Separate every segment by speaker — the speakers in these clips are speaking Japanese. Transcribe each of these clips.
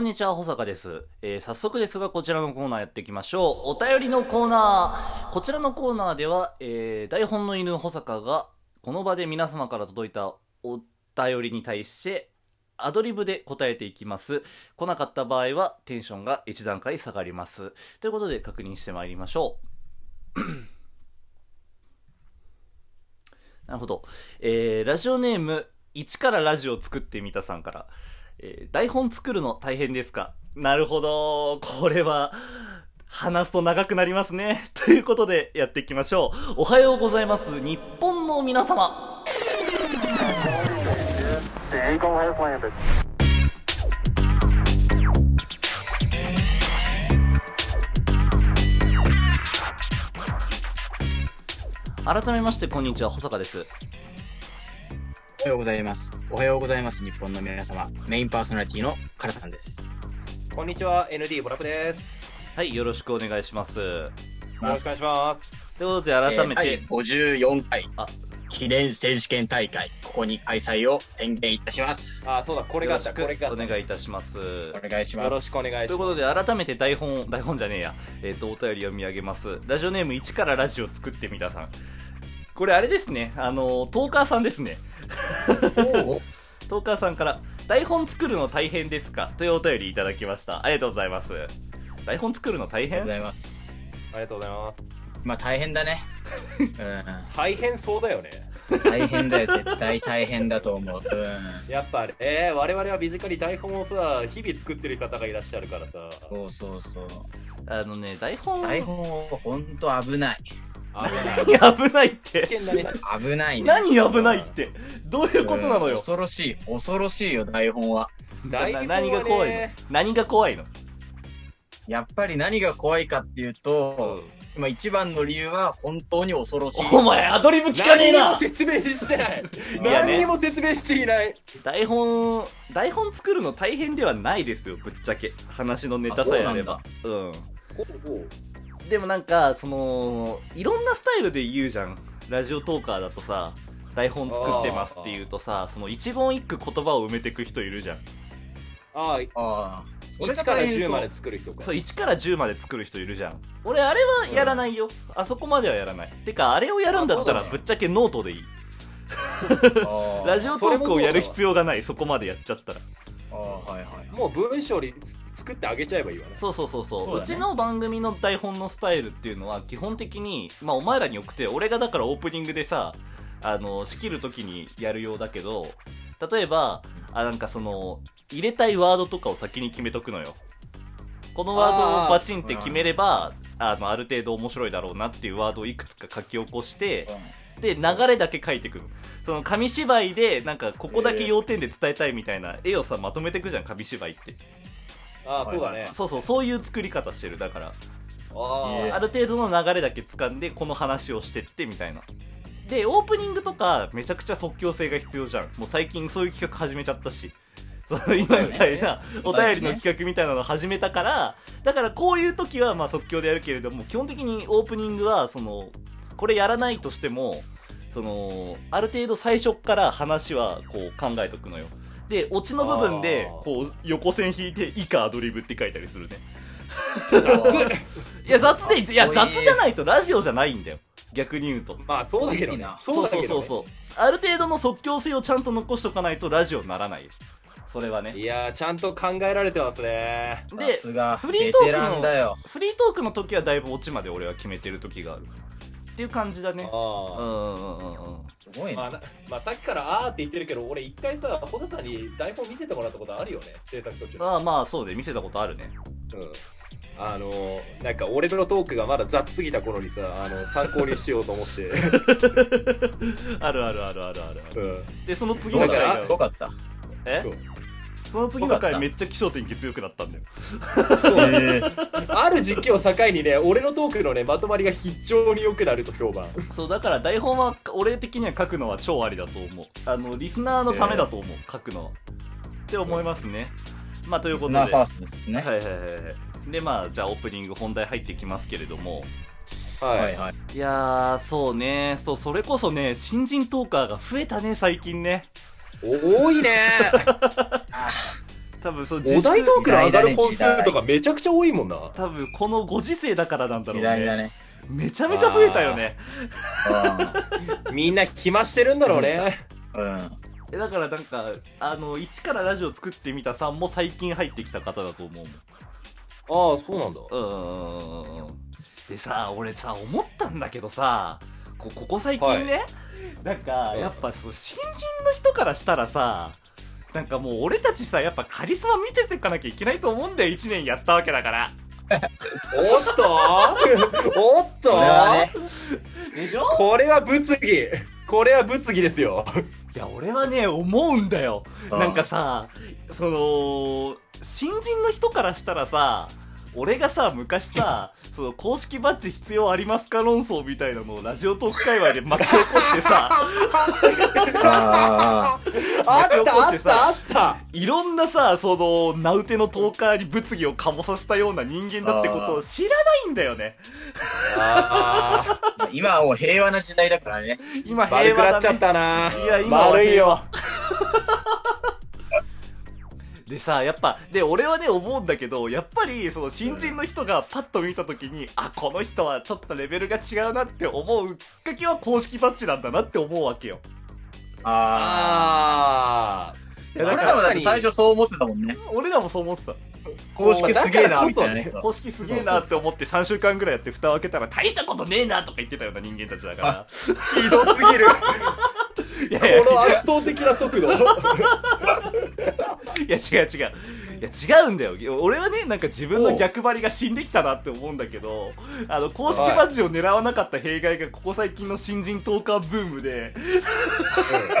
Speaker 1: んにちは、保坂です。えー、早速ですが、こちらのコーナーやっていきましょう。お便りのコーナー。こちらのコーナーでは、えー、台本の犬保坂が、この場で皆様から届いたお便りに対して、アドリブで答えていきます。来なかった場合は、テンションが1段階下がります。ということで、確認してまいりましょう。 なるほど。えー、ラジオネーム、1からラジオ作ってみたさんから。えー、台本作るの大変ですかなるほど。これは、話すと長くなりますね。 ということで、やっていきましょう。おはようございます。日本の皆様。改めまして、こんにちは、保坂です。
Speaker 2: おはようございます。おはようございます。日本の皆様、メインパーソナリティのカラさんです。
Speaker 3: こんにちは、ND ボラプです。
Speaker 1: はい、よろしくお願いします。よ
Speaker 3: ろしくお願いします。
Speaker 1: ということで、改めて、え
Speaker 2: ー、54回記念選手権大会、ここに開催を宣言いたします。
Speaker 3: あ、そうだ、これがあった、これが
Speaker 1: お願いいたします。お
Speaker 2: 願いします。
Speaker 3: よろしくお願いします。
Speaker 1: ということで、改めて台本、台本じゃねえや、えっ、ー、と、お便り読み上げます。ラジオネーム1からラジオ作ってみたさん。これあれですね。あの、トーカーさんですね。トーカーさんから、台本作るの大変ですかというお便りいただきました。ありがとうございます。台本作るの大変
Speaker 2: ありがとうございます。
Speaker 3: ありがとうございます。
Speaker 2: まあ大 変だね。
Speaker 3: うん、大変そうだよね。
Speaker 2: 大変だよ、絶対大変だと思う。
Speaker 3: うん、やっぱ、えー、我々は身近に台本をさ、日々作ってる方がいらっしゃるからさ。
Speaker 2: そうそうそう。
Speaker 1: あのね、台本
Speaker 2: 台本、ほんと危ない。
Speaker 1: 危ない。 危ないって。
Speaker 2: 危ないね。
Speaker 1: 何危ないって。どういうことなのよ。
Speaker 2: 恐ろしい。恐ろしいよ、台本は。
Speaker 1: 台本は何が怖いの何が怖いの
Speaker 2: やっぱり何が怖いかっていうと、うん、まあ一番の理由は本当に恐ろしい。
Speaker 1: お前、アドリブ聞かねえな
Speaker 3: 何も説明してない。何にも説明していない。
Speaker 1: 台本、台本作るの大変ではないですよ、ぶっちゃけ。話のネタさえあれば。うん,うん。おうでもなんか、その、いろんなスタイルで言うじゃん。ラジオトーカーだとさ、台本作ってますって言うとさ、その一言一句言葉を埋めてく人いるじゃん。
Speaker 3: ああ、1から10まで作る人か。
Speaker 1: そう、1から10まで作る人いるじゃん。俺、あれはやらないよ。うん、あそこまではやらない。てか、あれをやるんだったら、ぶっちゃけノートでいい。ね、ラジオトークをやる必要がない、そこまでやっちゃったら。
Speaker 2: あはいはい、
Speaker 3: もう文章に作ってあげちゃえばいいわね
Speaker 1: そうそうそうそう、ね、うちの番組の台本のスタイルっていうのは基本的に、まあ、お前らに送って俺がだからオープニングでさあの仕切る時にやるようだけど例えばあなんかその入れたいワードとかを先に決めとくのよこのワードをバチンって決めればあのある程度面白いだろうなっていうワードをいくつか書き起こして、うんで流れだけ書いてくるその紙芝居でなんかここだけ要点で伝えたいみたいな絵をさまとめてくじゃん紙芝居って
Speaker 3: ああそうだね
Speaker 1: そうそうそういう作り方してるだからあある程度の流れだけ掴んでこの話をしてってみたいなでオープニングとかめちゃくちゃ即興性が必要じゃんもう最近そういう企画始めちゃったし その今みたいなお便りの企画みたいなのを始めたからだからこういう時はまあ即興でやるけれども基本的にオープニングはそのこれやらないとしてもそのある程度最初から話はこう考えとくのよでオチの部分でこう横線引いて「以下アドリブ」って書いたりするねいや雑でいや雑じゃないとラジオじゃないんだよ逆に言うと
Speaker 3: まあそうだけどな、ね、
Speaker 1: そうそうそうそう、ね、ある程度の即興性をちゃんと残しとかないとラジオにならないそれはね
Speaker 3: いやちゃんと考えられてますね
Speaker 1: で フリートークのフリートークの時はだいぶオチまで俺は決めてる時があるっていう感じだね。
Speaker 2: すごいね。、
Speaker 3: まあ、まあ、さっきからあーって言ってるけど、俺一回さ、細田さんに台本見せてもらったことあるよね、制作途中。
Speaker 1: ああ、まあそうね、見せたことあるね。
Speaker 3: うん。あのなんか俺のトークがまだ雑すぎた頃にさあの参考にしようと思って
Speaker 1: あるあるあるあるある、うんでその次の回が
Speaker 2: よかった
Speaker 1: えその次の回めっちゃ気象点気強くなったんだよ。
Speaker 3: そうだね。ある時期を境にね、俺のトークのね、まとまりが非常に良くなると評判。
Speaker 1: そう、だから台本は俺的には書くのは超ありだと思う。あの、リスナーのためだと思う、えー、書くのは。って思いますね。うん、まあ、ということで。
Speaker 2: リスナーファーストですね。
Speaker 1: はいはいはい。で、まあ、じゃあオープニング本題入ってきますけれども。。
Speaker 3: はいはい
Speaker 1: いやそうね。そう、それこそね、新人トーカーが増えたね、最近ね。
Speaker 3: 多いね
Speaker 1: 多分そう
Speaker 3: お題トークの上がる本
Speaker 2: 嫌いだ
Speaker 3: 数
Speaker 2: ね
Speaker 3: とかめちゃくちゃ多いもんな。
Speaker 1: 多分このご時世だからなんだろう
Speaker 2: 嫌いだ
Speaker 1: ね
Speaker 2: ね。
Speaker 1: めちゃめちゃ増えたよね
Speaker 3: みんな暇してるんだろうね。
Speaker 2: うん。うん。
Speaker 1: えだからなんかあの一からラジオ作ってみたさんも最近入ってきた方だと思うもん
Speaker 3: ああ、そうなんだ。
Speaker 1: うーんでさ俺さ思ったんだけどさこここ最近ね、なんか
Speaker 3: うん
Speaker 1: やっぱその新人の人からしたらさなんかもう俺たちさやっぱカリスマ見せていかなきゃいけないと思うんだよ1年やったわけだから
Speaker 3: おっとおっと
Speaker 2: それはね、
Speaker 1: でしょ
Speaker 3: これは物議これは物議ですよ。
Speaker 1: いや俺はね思うんだよ
Speaker 2: う
Speaker 1: なんか、さその新人の人からしたらさ俺がさ昔さその公式バッジ必要ありますか論争みたいなのをラジオトーク界隈で巻き起こしてさ
Speaker 2: あ
Speaker 3: あったあったあった
Speaker 1: いろんなさ、その、名うてのトーカーに物議を醸させたような人間だってことを知らないんだよね。
Speaker 3: あ
Speaker 2: あああ今はもう平和な時代だからね。
Speaker 1: 今
Speaker 3: ー悪
Speaker 1: 平
Speaker 3: くな
Speaker 1: 和
Speaker 3: っちゃ
Speaker 1: だ、
Speaker 3: っ
Speaker 1: ね、
Speaker 3: たな。
Speaker 1: いや今は
Speaker 3: 悪いよ。
Speaker 1: でさ、やっぱ、で、俺はね、思うんだけど、やっぱり、その、新人の人がパッと見たときに、あ、この人はちょっとレベルが違うなって思うきっかけは公式バッジなんだなって思うわけよ。
Speaker 2: ああ。
Speaker 3: ああ。いや
Speaker 2: 俺
Speaker 3: だから
Speaker 2: もだっ
Speaker 3: 確
Speaker 2: て
Speaker 3: か
Speaker 2: 最
Speaker 3: に
Speaker 2: 初そう思ってたもんね。
Speaker 1: 俺らもそう思ってた。
Speaker 2: 公式すげえな、みたいなね。
Speaker 1: 公式すげえなって思って3週間ぐらいやって蓋を開けたら、大したことねえなとか言ってたような人間たちだから。
Speaker 3: ひどす ぎる。
Speaker 1: いやいや
Speaker 3: この圧倒的な速度。
Speaker 1: いや違う違ういや違うんだよ俺はねなんか自分の逆張りが死んできたなって思うんだけどあの公式バッジを狙わなかった弊害がここ最近の新人トーカーブームで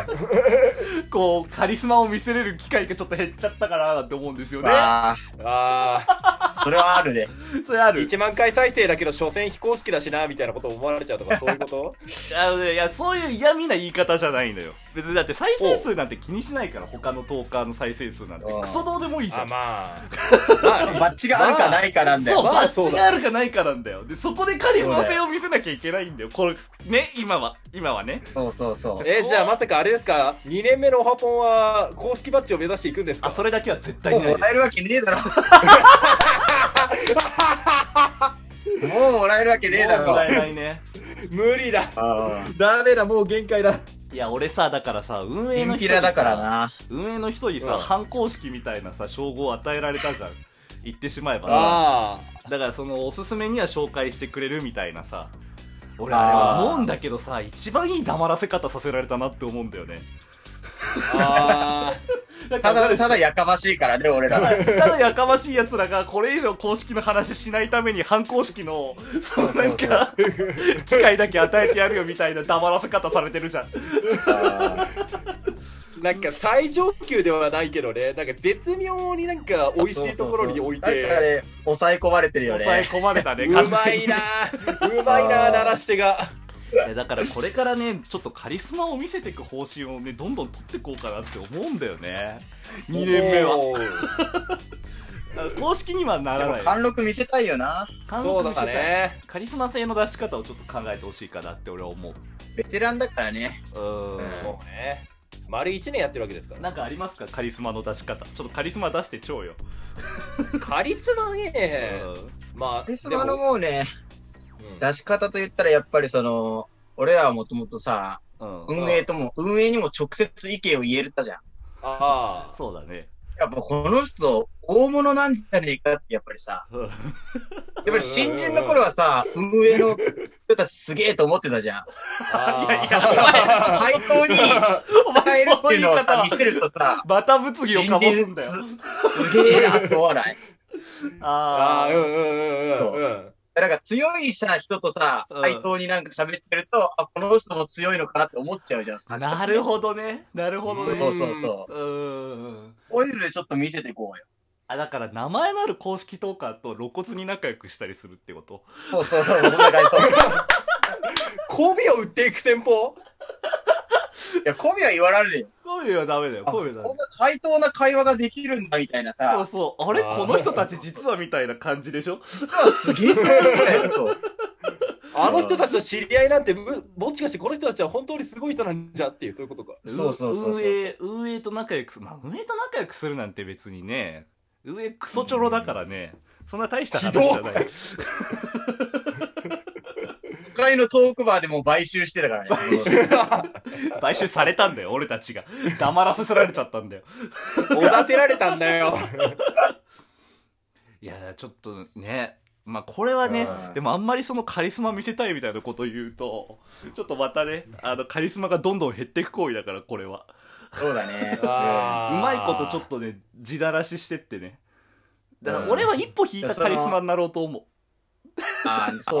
Speaker 1: こうカリスマを見せれる機会がちょっと減っちゃったかなって思うんですよね
Speaker 2: あ
Speaker 3: ああ。
Speaker 2: あ、それはあるね。
Speaker 1: それある
Speaker 3: 1万回再生だけど、所詮非公式だしな、みたいなこと思われちゃうとか、そうい うこと
Speaker 1: あのねいやそういう嫌味な言い方じゃないのよ別にだって再生数なんて気にしないから他のトーカーの再生数なんて
Speaker 2: うん
Speaker 1: クソどうでもいいじゃ
Speaker 3: あ、
Speaker 1: ん
Speaker 3: ま あ。まあ
Speaker 2: バッチがあるかないかなんだ
Speaker 1: そう、
Speaker 2: よ。
Speaker 3: まあ
Speaker 1: バ
Speaker 3: そ
Speaker 1: ッ
Speaker 3: う
Speaker 1: ジ
Speaker 3: だ
Speaker 1: があるかないかなんだよ。で、そこでカリスマ性を見せなきゃいけないんだよ。これ、ね、今は、今はね。
Speaker 2: そうそうそう。
Speaker 3: えじゃあまさかあれですか2年目のオハポンは公式バッジを目指していくんですか
Speaker 1: あ、それだけは絶対
Speaker 2: もう
Speaker 1: ない
Speaker 2: も
Speaker 1: で
Speaker 2: らえるわけねえだろ。 もうもらえるわけねえだ
Speaker 1: す。も
Speaker 2: ろ
Speaker 1: ら。えないね。
Speaker 3: 無理だ
Speaker 2: あ
Speaker 3: ダメだもう限界だ
Speaker 1: いや、俺さ、だからさ、運
Speaker 2: あ。
Speaker 1: 営
Speaker 2: ピ
Speaker 1: の
Speaker 2: ン
Speaker 1: 人に
Speaker 2: ピ
Speaker 1: さ
Speaker 2: ラだからな。
Speaker 1: 運営の人に
Speaker 3: う
Speaker 1: さ、
Speaker 3: ん
Speaker 1: 反抗式みたいなさ、称号を与えられたじゃん。言ってしまえばさ。
Speaker 3: あ
Speaker 1: だからその、おすすめには紹介してくれるみたいなさ。俺、あれ思うんだけどさ、一番いい黙らせ方させられたなって思うんだよね。
Speaker 3: ーあ
Speaker 1: だか
Speaker 2: た
Speaker 1: ら
Speaker 2: だ、ただやかましいからね、俺らは。
Speaker 1: ただやかましい奴らがこれ以上公式の話しないために反公式の、そのなんか、機会だけ与えてやるよみたいな黙らせ方されてるじゃん。
Speaker 2: あ
Speaker 3: ーなんか最上級ではないけどねなんか絶妙になんか
Speaker 2: ー
Speaker 3: 美味しいところに置い
Speaker 2: そうそうそうなんか
Speaker 3: て
Speaker 2: ね、抑え込まれてるよ
Speaker 1: 抑え
Speaker 2: ね。
Speaker 1: 込まれたね、
Speaker 3: うまいなうまいな
Speaker 2: あー
Speaker 3: 鳴らしてが
Speaker 1: 完全に。だからこれからね、ちょっとカリスマを見せていく方針をね、どんどん取っていこうかなって思うんだよね。2年目は。
Speaker 3: おー
Speaker 1: 公式にはな
Speaker 2: で
Speaker 1: ら
Speaker 2: も
Speaker 1: ない。
Speaker 2: 貫禄見せたいよな。
Speaker 1: 韓国
Speaker 3: そ
Speaker 1: の
Speaker 3: う
Speaker 1: 世界
Speaker 3: だね
Speaker 1: カリスマ性の出し方をちょっと考えてほしいかなって俺は思う。
Speaker 2: ベテランだからね。
Speaker 1: うー
Speaker 2: うん
Speaker 1: ん。
Speaker 3: そうね丸1年やってるわけですから
Speaker 1: なんかありますかカリスマの出し方。ちょっとカリスマ出してちょうよ。
Speaker 3: カリスマね
Speaker 1: うん
Speaker 3: まあ
Speaker 2: カリスマの
Speaker 3: でも
Speaker 2: もうね、
Speaker 3: うん
Speaker 2: 出し方と言ったらやっぱりその、俺らはもともとさ、
Speaker 1: うん
Speaker 2: 運営とも、運営にも直接意見を言えたじゃん。
Speaker 3: ああ
Speaker 1: そうだね。
Speaker 2: やっぱこの人、大物なんじゃねえかって、やっぱりさ、
Speaker 1: うん
Speaker 2: やっぱり新人の頃はさ、運営の人たちすげえと思ってたじゃん。
Speaker 3: あー
Speaker 1: いやいや、
Speaker 2: 対等に
Speaker 1: お前
Speaker 2: 変えるっていうのを
Speaker 1: そ
Speaker 2: さ、
Speaker 1: 言い
Speaker 2: 見
Speaker 1: 方は
Speaker 2: せるとさ、
Speaker 1: また物議をかぼすんだよ。
Speaker 2: すげえなって思わない。
Speaker 1: あ
Speaker 3: ああ、うんうんうんうんうん。
Speaker 2: なんか強いさ、人とさ、
Speaker 1: うん
Speaker 2: 対等になんか喋ってると、あ、この人も強いのかなって思っちゃうじゃん、
Speaker 1: あ。
Speaker 2: さ
Speaker 1: なるほどね。なるほど
Speaker 2: そう
Speaker 1: ね。
Speaker 2: そうそう
Speaker 1: う。ーん。
Speaker 2: オイルでちょっと見せていこうよ。
Speaker 1: あ、だから名前のある公式トーカーと露骨に仲良くしたりするってこと
Speaker 2: そうそうそう、そんな感じ。そう
Speaker 3: 媚びを売っていく戦法
Speaker 2: いや、コミは言われるよ。
Speaker 1: 声はダメだよ、
Speaker 2: あこ
Speaker 1: 声
Speaker 2: ん
Speaker 1: は
Speaker 2: な
Speaker 1: ダメ。
Speaker 2: 対等な会話ができるんだ、みたいな
Speaker 1: そ
Speaker 2: さ
Speaker 1: う。そう。あれ
Speaker 3: あー
Speaker 1: この人たち実はみたいな感じでしょ
Speaker 2: 実はすげえ強い人だよ、そう。
Speaker 3: あの人たちの知り合いなんて、むもしかしてこの人たちは本当にすごい人なんじゃっていう、そういうことか。
Speaker 1: う
Speaker 4: そうそうそうそう
Speaker 1: 運営、運営と仲良くす、まあ、運営と仲良くするなんて別にね、運営クソチョロだからね、そんな大した話じゃない。
Speaker 2: 都会のトークバーでもう買収してたからね。
Speaker 1: 買収されたんだよ、俺たちが。黙らせられちゃったんだよ。
Speaker 3: おだてられたんだよ。
Speaker 1: いや、ちょっとね、まあこれはね
Speaker 4: う、ん
Speaker 1: でもあんまりそのカリスマ見せたいみたいなことを言うと、 ちょっとまたね、あのカリスマがどんどん減っていく行為だから、これは。
Speaker 2: そうだね。
Speaker 1: う
Speaker 3: あー
Speaker 1: まいことちょっとね、地だらししてってね。だから
Speaker 4: うん
Speaker 1: 俺は一歩引いたカリスマになろうと思う。
Speaker 2: ああ、そうそう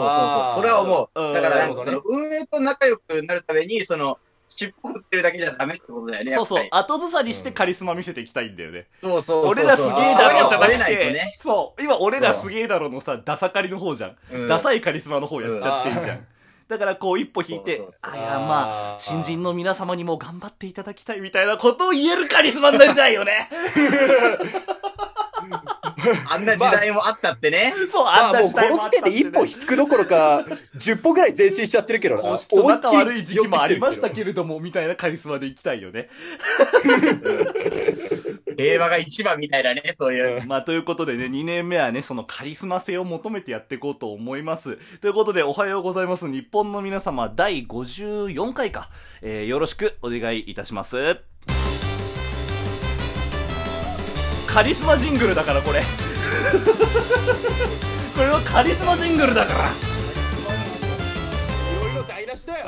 Speaker 2: そう。それは思
Speaker 1: うん
Speaker 2: う。だから、なん
Speaker 3: うん
Speaker 2: かその、運営と仲良くなるために、その、尻尾振ってるだけじゃダメってことだよね。や
Speaker 1: そうそ
Speaker 2: っぱ
Speaker 1: う
Speaker 2: り。
Speaker 1: 後ずさりしてカリスマ見せていきたいんだよね。
Speaker 2: そうそうそう。
Speaker 1: 俺らすげえだろじゃなく
Speaker 2: あー折れないと
Speaker 1: て
Speaker 2: ね、
Speaker 1: そう、今俺らすげえだろのさ、ダサカリの方じゃん。
Speaker 2: うん
Speaker 1: ダサいカリスマの方やっちゃってんじゃ。
Speaker 3: うん
Speaker 1: だからこう一歩引いて
Speaker 2: そうそう、そう
Speaker 1: あ、いや、まあ、
Speaker 3: ー
Speaker 1: 新人の皆様にも頑張っていただきたいみたいなことを言えるカリスマになりたいよ ね。
Speaker 2: あんな時代もあったってね。
Speaker 1: そう、あ
Speaker 3: ま
Speaker 1: んな
Speaker 3: あもう
Speaker 1: 時
Speaker 3: こ
Speaker 1: 代も
Speaker 3: の
Speaker 1: あっ
Speaker 3: 時
Speaker 1: たって
Speaker 3: 点で
Speaker 1: ね
Speaker 3: 一歩引くどころか、10歩ぐらい前進しちゃってるけどな。
Speaker 1: 公式と仲
Speaker 3: 思
Speaker 1: 悪
Speaker 3: いっき
Speaker 1: い
Speaker 3: り
Speaker 1: 時期もありましたけれども、みたいなカリスマでいきたいよね。
Speaker 2: 令和が一番みたいなね、そうい う。
Speaker 1: まあ、ということでね、2年目はね、そのカリスマ性を求めてやっていこうと思います。ということで、おはようございます。日本の皆様、第54回か。えーよろしくお願いいたします。カリスマジングルだから、これ。 これはカリスマジングルだから。
Speaker 3: いろいろ台無しだよ。